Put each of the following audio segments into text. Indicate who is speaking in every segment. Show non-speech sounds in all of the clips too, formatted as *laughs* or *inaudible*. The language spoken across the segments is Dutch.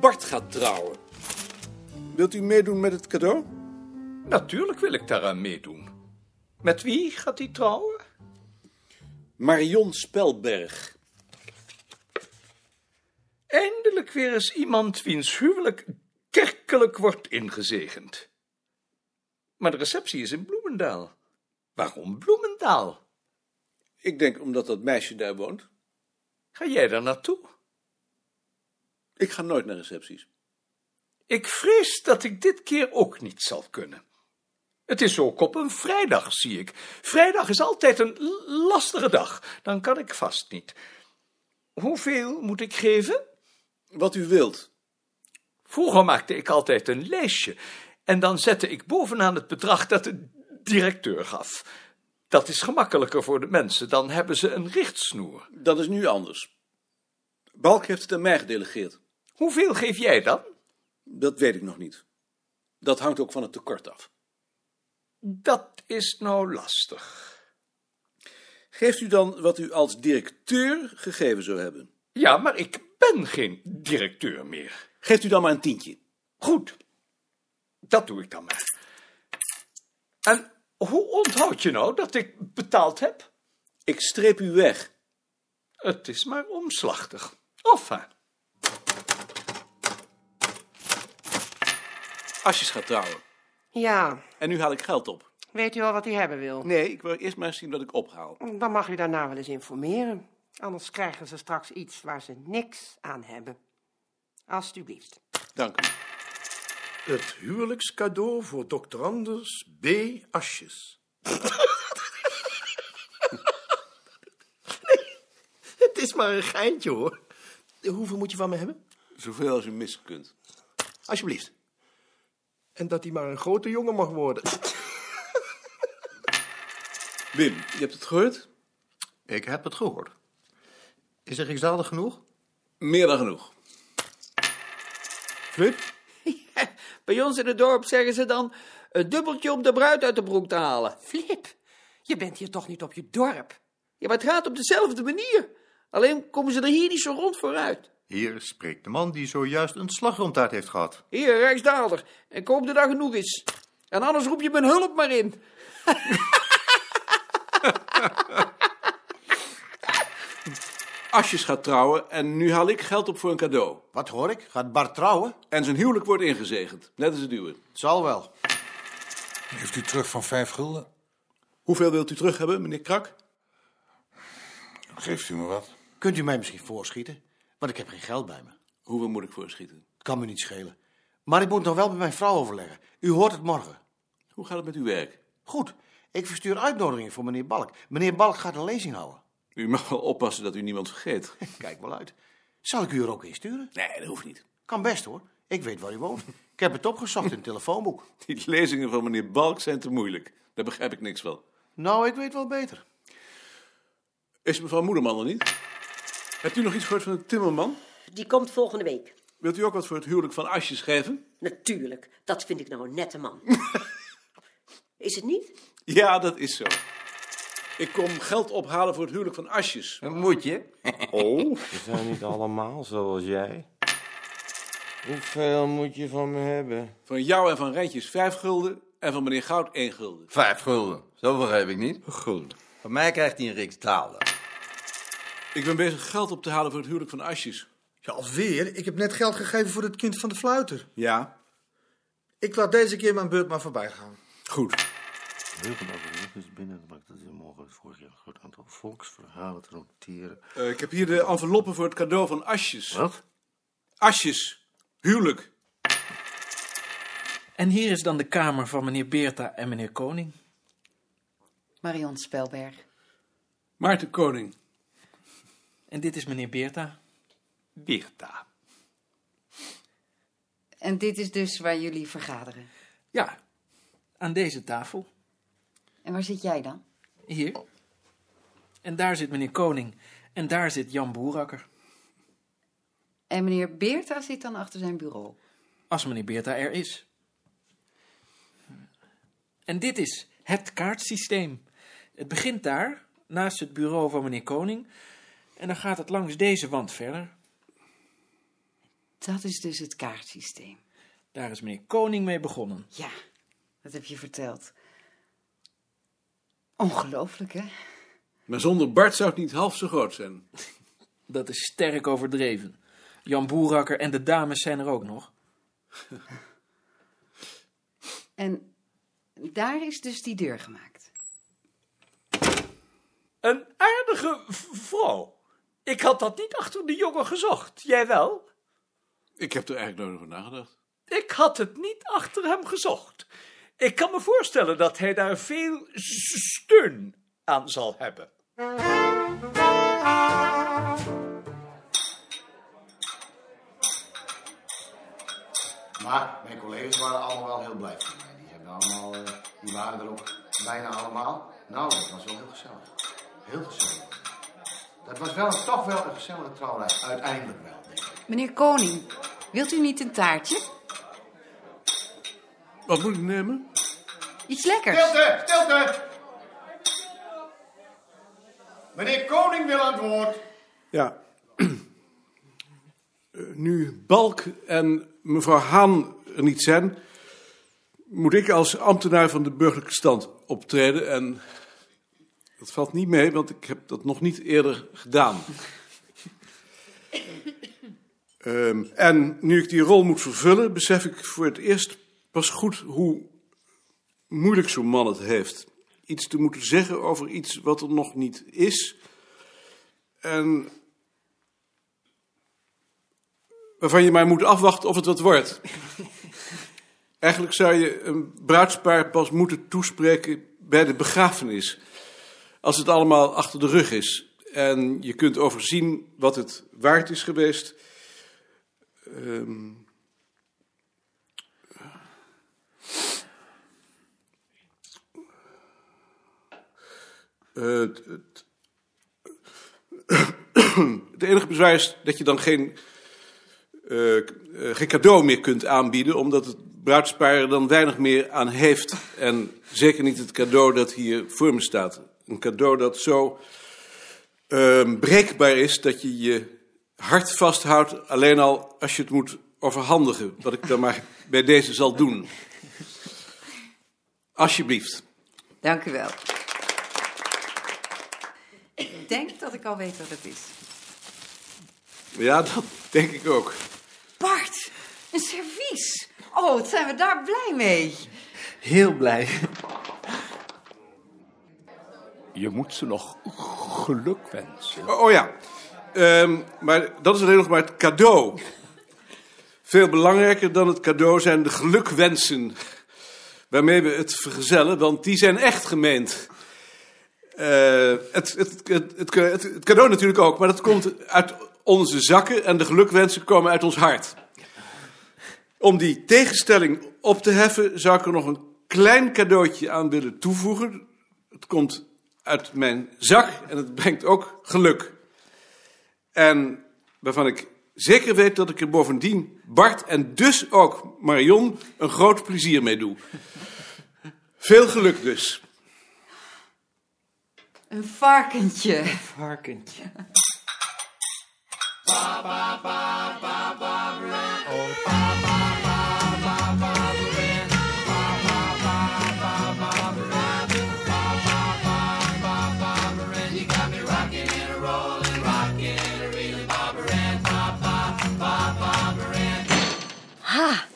Speaker 1: gaat trouwen.
Speaker 2: Wilt u meedoen met het cadeau?
Speaker 3: Natuurlijk wil ik daaraan meedoen. Met wie gaat hij trouwen?
Speaker 1: Marion Spelberg.
Speaker 3: Eindelijk weer eens iemand wiens huwelijk kerkelijk wordt ingezegend. Maar de receptie is in Bloemendaal. Waarom Bloemendaal?
Speaker 2: Ik denk omdat dat meisje daar woont.
Speaker 3: Ga jij daar naartoe?
Speaker 2: Ik ga nooit naar recepties.
Speaker 3: Ik vrees dat ik dit keer ook niet zal kunnen. Het is ook op een vrijdag, zie ik. Vrijdag is altijd een l- lastige dag. Dan kan ik vast niet. Hoeveel moet ik geven?
Speaker 2: Wat u wilt.
Speaker 3: Vroeger maakte ik altijd een lijstje. En dan zette ik bovenaan het bedrag dat de directeur gaf. Dat is gemakkelijker voor de mensen. Dan hebben ze een richtsnoer.
Speaker 2: Dat is nu anders. Balk heeft het aan mij gedelegeerd.
Speaker 3: Hoeveel geef jij dan?
Speaker 2: Dat weet ik nog niet. Dat hangt ook van het tekort af.
Speaker 3: Dat is nou lastig.
Speaker 2: Geeft u dan wat u als directeur gegeven zou hebben?
Speaker 3: Ja, maar ik ben geen directeur meer.
Speaker 2: Geeft u dan maar een tientje.
Speaker 3: Goed, dat doe ik dan maar. En hoe onthoud je nou dat ik betaald heb?
Speaker 2: Ik streep u weg.
Speaker 3: Het is maar omslachtig. Enfin,
Speaker 2: Asjes gaat trouwen.
Speaker 4: Ja,
Speaker 2: En nu haal ik geld op.
Speaker 4: weet u al wat hij hebben wil?
Speaker 2: Nee, ik wil eerst maar eens zien wat ik ophaal.
Speaker 4: Dan mag u daarna wel eens informeren. Anders krijgen ze straks iets waar ze niks aan hebben. Alsjeblieft.
Speaker 2: Dank u.
Speaker 5: Het huwelijkscadeau voor dokter Anders B. Asjes. *laughs* nee, het is maar een geintje hoor. Hoeveel moet je van me hebben?
Speaker 2: Zoveel als u missen kunt.
Speaker 5: Alsjeblieft. En dat hij maar een grote jongen mag worden.
Speaker 2: Wim, je hebt het gehoord?
Speaker 5: Ik heb het gehoord. Is er exadig genoeg?
Speaker 2: Meer dan genoeg. Flip?
Speaker 6: Bij ons in het dorp zeggen ze dan een dubbeltje om de bruid uit de broek te halen.
Speaker 4: Flip, je bent hier toch niet op je dorp?
Speaker 6: Ja, maar het gaat op dezelfde manier. Alleen komen ze er hier niet zo rond vooruit.
Speaker 7: Hier spreekt de man die zojuist een slagroomtaart heeft gehad.
Speaker 6: Hier, Rijksdaalder. En koop er daar genoeg is. En anders roep je mijn hulp maar in.
Speaker 2: Asjes gaat trouwen en nu haal ik geld op voor een cadeau.
Speaker 5: Wat hoor ik? Gaat Bart trouwen?
Speaker 2: En zijn huwelijk wordt ingezegend, net als het uwe.
Speaker 5: Het zal wel.
Speaker 8: Heeft u terug van vijf gulden?
Speaker 2: Hoeveel wilt u terug hebben, meneer Krak?
Speaker 8: Geeft u me wat?
Speaker 5: Kunt u mij misschien voorschieten? Want ik heb geen geld bij me.
Speaker 2: Hoeveel moet ik voorschieten?
Speaker 5: Het kan me niet schelen. Maar ik moet nog wel met mijn vrouw overleggen. U hoort het morgen.
Speaker 2: Hoe gaat het met uw werk?
Speaker 5: Goed, ik verstuur uitnodigingen voor meneer Balk. Meneer Balk gaat een lezing houden.
Speaker 2: U mag wel oppassen dat u niemand *laughs* vergeet.
Speaker 5: Kijk wel uit. Zal ik u er ook in sturen?
Speaker 2: Nee, dat hoeft niet.
Speaker 5: Kan best hoor. Ik weet waar u woont. Ik heb het opgezocht in het telefoonboek.
Speaker 2: Die lezingen van meneer Balk zijn te moeilijk. Daar begrijp ik niks van.
Speaker 5: Nou, ik weet wel beter.
Speaker 2: Is mevrouw Moederman er niet? Hebt u nog iets gehoord van de timmerman?
Speaker 9: Die komt volgende week.
Speaker 2: Wilt u ook wat voor het huwelijk van Asjes geven?
Speaker 9: Natuurlijk, dat vind ik nou een
Speaker 4: *laughs*
Speaker 9: nette man. Is het niet?
Speaker 2: Ja, dat is zo. Ik kom geld ophalen voor het huwelijk van Asjes. Oh?
Speaker 6: Moet je?
Speaker 10: Ze zijn niet allemaal zoals jij. Hoeveel moet je van me hebben?
Speaker 2: Van jou en van Rijntjes vijf gulden en van meneer Goud één gulden.
Speaker 3: vijf gulden. Zoveel geef ik niet.
Speaker 10: Goed.
Speaker 6: Van mij krijgt hij een Rijksdaalder.
Speaker 2: Ik ben bezig geld op te halen voor het huwelijk van Asjes.
Speaker 5: Ja, alweer? Ik heb net geld gegeven voor het kind van de fluiter.
Speaker 2: Ja,
Speaker 5: Ik laat deze keer mijn beurt maar voorbij gaan.
Speaker 2: goed.
Speaker 10: Heel veel is binnen, maar dat is morgen het vorig jaar een groot aantal volksverhalen te noteren.
Speaker 2: Eh, ik heb hier de enveloppen voor het cadeau van Asjes.
Speaker 10: Wat?
Speaker 2: Asjes, huwelijk.
Speaker 11: En hier is dan de kamer van meneer Beerta en meneer Koning.
Speaker 12: Marion Spelberg.
Speaker 2: Maarten Koning.
Speaker 11: En dit is meneer Beerta.
Speaker 3: Birta.
Speaker 12: En dit is dus waar jullie vergaderen.
Speaker 11: Ja, aan deze tafel.
Speaker 12: En waar zit jij dan?
Speaker 11: Hier. En daar zit meneer Koning. En daar zit Jan Boerakker.
Speaker 12: En meneer Beerta zit dan achter zijn bureau.
Speaker 11: Als meneer Beerta er is. En dit is het kaartsysteem. Het begint daar, naast het bureau van meneer Koning. En dan gaat het langs deze wand verder.
Speaker 12: Dat is dus het kaartsysteem.
Speaker 11: Daar is meneer Koning mee begonnen.
Speaker 12: Ja, dat heb je verteld. Ongelooflijk, hè?
Speaker 2: Maar zonder Bart zou het niet half zo groot zijn.
Speaker 11: Dat is sterk overdreven. Jan Boerakker en de dames zijn er ook nog.
Speaker 12: En daar is dus die deur gemaakt.
Speaker 3: Een aardige v- vrouw. Ik had dat niet achter de jongen gezocht. Jij wel?
Speaker 2: Ik heb er eigenlijk nooit over nagedacht.
Speaker 3: Ik had het niet achter hem gezocht. Ik kan me voorstellen dat hij daar veel s- steun aan zal hebben.
Speaker 13: Maar mijn collega's waren allemaal wel heel blij voor mij. Die, hebben allemaal, eh, die waren er ook bijna allemaal. Nou, dat was wel heel gezellig. Heel gezellig. Dat was wel, toch wel een gezellige trouwrij. Uiteindelijk wel.
Speaker 12: Meneer Koning, wilt u niet een taartje?
Speaker 2: Wat moet ik nemen?
Speaker 12: Iets lekkers.
Speaker 13: Stilte, stilte! Meneer Koning wil aan het woord.
Speaker 2: Ja. *clears throat* Eh, nu Balk en mevrouw Haan er niet zijn, moet ik als ambtenaar van de burgerlijke stand optreden. En dat valt niet mee, want ik heb dat nog niet eerder gedaan. Ehm, en nu ik die rol moet vervullen, besef ik voor het eerst pas goed hoe moeilijk zo'n man het heeft. Iets te moeten zeggen over iets wat er nog niet is. En waarvan je maar moet afwachten of het wat wordt. Eigenlijk zou je een bruidspaar pas moeten toespreken bij de begrafenis. Als het allemaal achter de rug is. En je kunt overzien wat het waard is geweest. Ehm, eh, het, het- het enige bezwaar is dat je dan geen eh, eh, geen cadeau meer kunt aanbieden, omdat het bruidspaar er dan weinig meer aan heeft. En zeker niet het cadeau dat hier voor me staat. Een cadeau dat zo eh, breekbaar is dat je je hart vasthoudt, alleen al als je het moet overhandigen. Wat ik dan maar bij deze zal doen. Alsjeblieft.
Speaker 12: Dank u wel. Ik denk dat ik al weet wat het is.
Speaker 2: Ja, dat denk ik ook.
Speaker 12: Bart, een servies. Oh, wat zijn we daar blij mee.
Speaker 11: Heel blij.
Speaker 2: Je moet ze nog geluk wensen. Oh, oh ja, Ehm, maar dat is alleen nog maar het cadeau. Veel belangrijker dan het cadeau zijn de gelukwensen. Waarmee we het vergezellen, want die zijn echt gemeend. Eh, het, het, het, het, het- het cadeau natuurlijk ook, maar dat komt uit onze zakken en de gelukwensen komen uit ons hart. Om die tegenstelling op te heffen, zou ik er nog een klein cadeautje aan willen toevoegen. Het komt uit mijn zak en het brengt ook geluk. En waarvan ik zeker weet dat ik er bovendien Bart en dus ook Marion een groot plezier mee doe. Veel geluk dus.
Speaker 12: Een varkentje.
Speaker 11: Varkentje.
Speaker 9: Ha,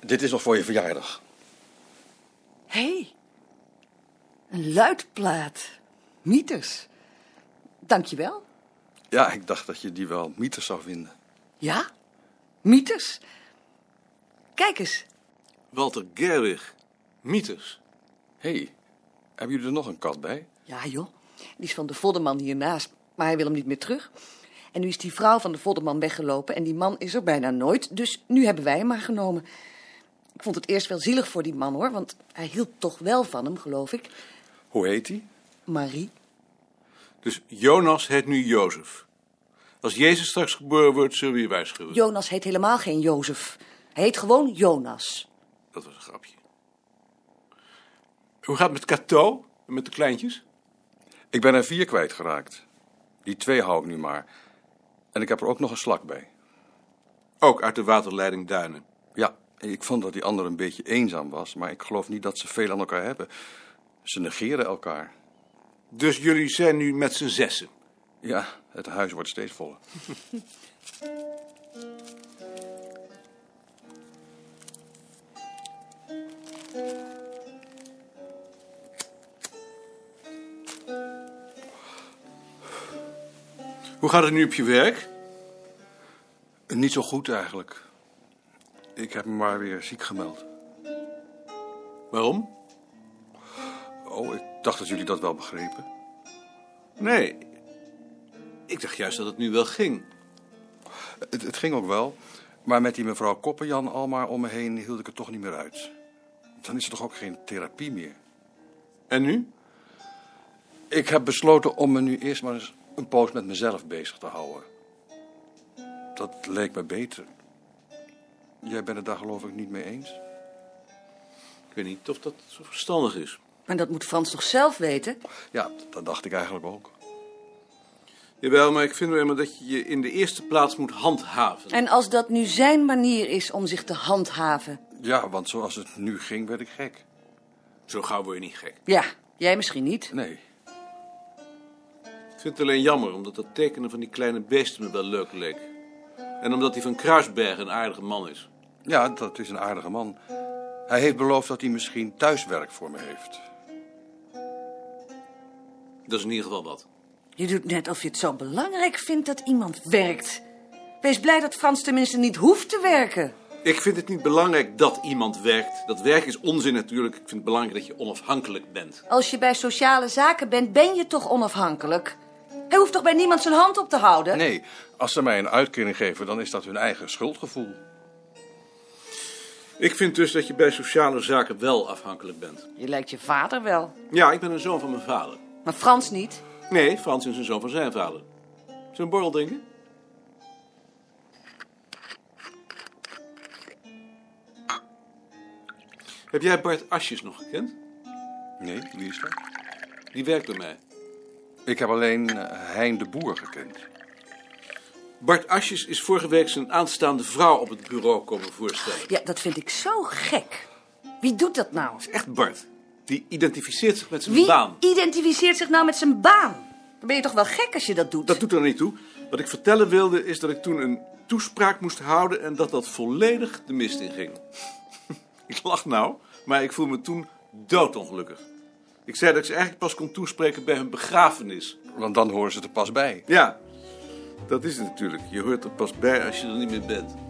Speaker 14: Dit is nog voor je verjaardag.
Speaker 9: hé. Een luidplaat. Mieters. Dankjewel.
Speaker 14: Ja, ik dacht dat je die wel mythes zou vinden.
Speaker 9: Ja? Mieters? Kijk eens.
Speaker 2: Walter Gerwig, mythes.
Speaker 14: Hé, hey, hebben jullie er nog een kat bij?
Speaker 9: Ja, joh. Die is van de Vodderman hiernaast, maar hij wil hem niet meer terug. En nu is die vrouw van de Vodderman weggelopen en die man is er bijna nooit. Dus nu hebben wij hem maar genomen. Ik vond het eerst wel zielig voor die man, hoor. Want hij hield toch wel van hem, geloof ik.
Speaker 2: Hoe heet hij?
Speaker 9: Marie.
Speaker 2: Dus Jonas heet nu Jozef. Als Jezus straks geboren wordt, zullen we je waarschuwen.
Speaker 9: Jonas heet helemaal geen Jozef. Hij heet gewoon Jonas.
Speaker 2: Dat was een grapje. Hoe gaat het met Cato en met de kleintjes?
Speaker 14: Ik ben er vier kwijtgeraakt. Die twee hou ik nu maar. En ik heb er ook nog een slak bij.
Speaker 2: Ook uit de waterleiding Duinen.
Speaker 3: Ja, ik vond dat die ander een beetje eenzaam was, maar ik geloof niet dat ze veel aan elkaar hebben. Ze negeren elkaar.
Speaker 2: Dus jullie zijn nu met z'n zessen?
Speaker 3: Ja, het huis wordt steeds voller.
Speaker 2: Hoe gaat het nu op je werk?
Speaker 3: Niet zo goed eigenlijk. Ik heb me maar weer ziek gemeld.
Speaker 2: Waarom?
Speaker 3: Oh, ik dacht dat jullie dat wel begrepen.
Speaker 2: Nee, ik dacht juist dat het nu wel ging.
Speaker 3: Het, het ging ook wel, maar met die mevrouw Koppenjan al maar om me heen hield ik het toch niet meer uit. Dan is er toch ook geen therapie meer.
Speaker 2: En nu?
Speaker 3: Ik heb besloten om me nu eerst maar eens een poos met mezelf bezig te houden. Dat leek me beter. Jij bent het daar geloof ik niet mee eens.
Speaker 2: Ik weet niet of dat zo verstandig is.
Speaker 9: Maar dat moet Frans toch zelf weten?
Speaker 3: Ja, dat dacht ik eigenlijk ook.
Speaker 2: Jawel, maar ik vind wel eenmaal dat je je in de eerste plaats moet handhaven.
Speaker 9: En als dat nu zijn manier is om zich te handhaven?
Speaker 3: Ja, want zoals het nu ging, werd ik gek.
Speaker 2: Zo gauw word je niet gek.
Speaker 9: Ja, jij misschien niet.
Speaker 3: Nee.
Speaker 2: Ik vind het alleen jammer, omdat dat tekenen van die kleine beesten me wel leuk leek. En omdat die van Kruisberg een aardige man is.
Speaker 3: Ja, dat is een aardige man. Hij heeft beloofd dat hij misschien thuiswerk voor me heeft.
Speaker 2: Dat is in ieder geval wat.
Speaker 9: Je doet net of je het zo belangrijk vindt dat iemand werkt. Wees blij dat Frans tenminste niet hoeft te werken.
Speaker 2: Ik vind het niet belangrijk dat iemand werkt. Dat werk is onzin natuurlijk. Ik vind het belangrijk dat je onafhankelijk bent.
Speaker 9: Als je bij sociale zaken bent, ben je toch onafhankelijk? Hij hoeft toch bij niemand zijn hand op te houden?
Speaker 3: Nee, als ze mij een uitkering geven, dan is dat hun eigen schuldgevoel.
Speaker 2: Ik vind dus dat je bij sociale zaken wel afhankelijk bent.
Speaker 9: Je lijkt je vader wel,
Speaker 2: Ja, ik ben een zoon van mijn vader.
Speaker 9: maar Frans niet.
Speaker 2: Nee, Frans is een zoon van zijn vader. Zullen we een borrel drinken? Heb jij Bart Asjes nog gekend?
Speaker 3: Nee, wie is dat?
Speaker 2: Die werkt bij mij.
Speaker 3: Ik heb alleen eh, Hein de Boer gekend.
Speaker 2: Bart Asjes is vorige week zijn aanstaande vrouw op het bureau komen voorstellen.
Speaker 9: Ja, dat vind ik zo gek. Wie doet dat nou?
Speaker 2: Echt Bart. Die identificeert zich met zijn
Speaker 9: Wie
Speaker 2: baan.
Speaker 9: identificeert zich nou met zijn baan? Dan ben je toch wel gek als je dat doet?
Speaker 2: Dat doet er niet toe. Wat ik vertellen wilde is dat ik toen een toespraak moest houden en dat dat volledig de mist in ging. *laughs* ik lach nou, maar ik voel me toen doodongelukkig. Ik zei dat ik ze eigenlijk pas kon toespreken bij hun begrafenis.
Speaker 3: Want dan horen ze er pas bij.
Speaker 2: Ja, dat is het natuurlijk. Je hoort er pas bij als je er niet meer bent.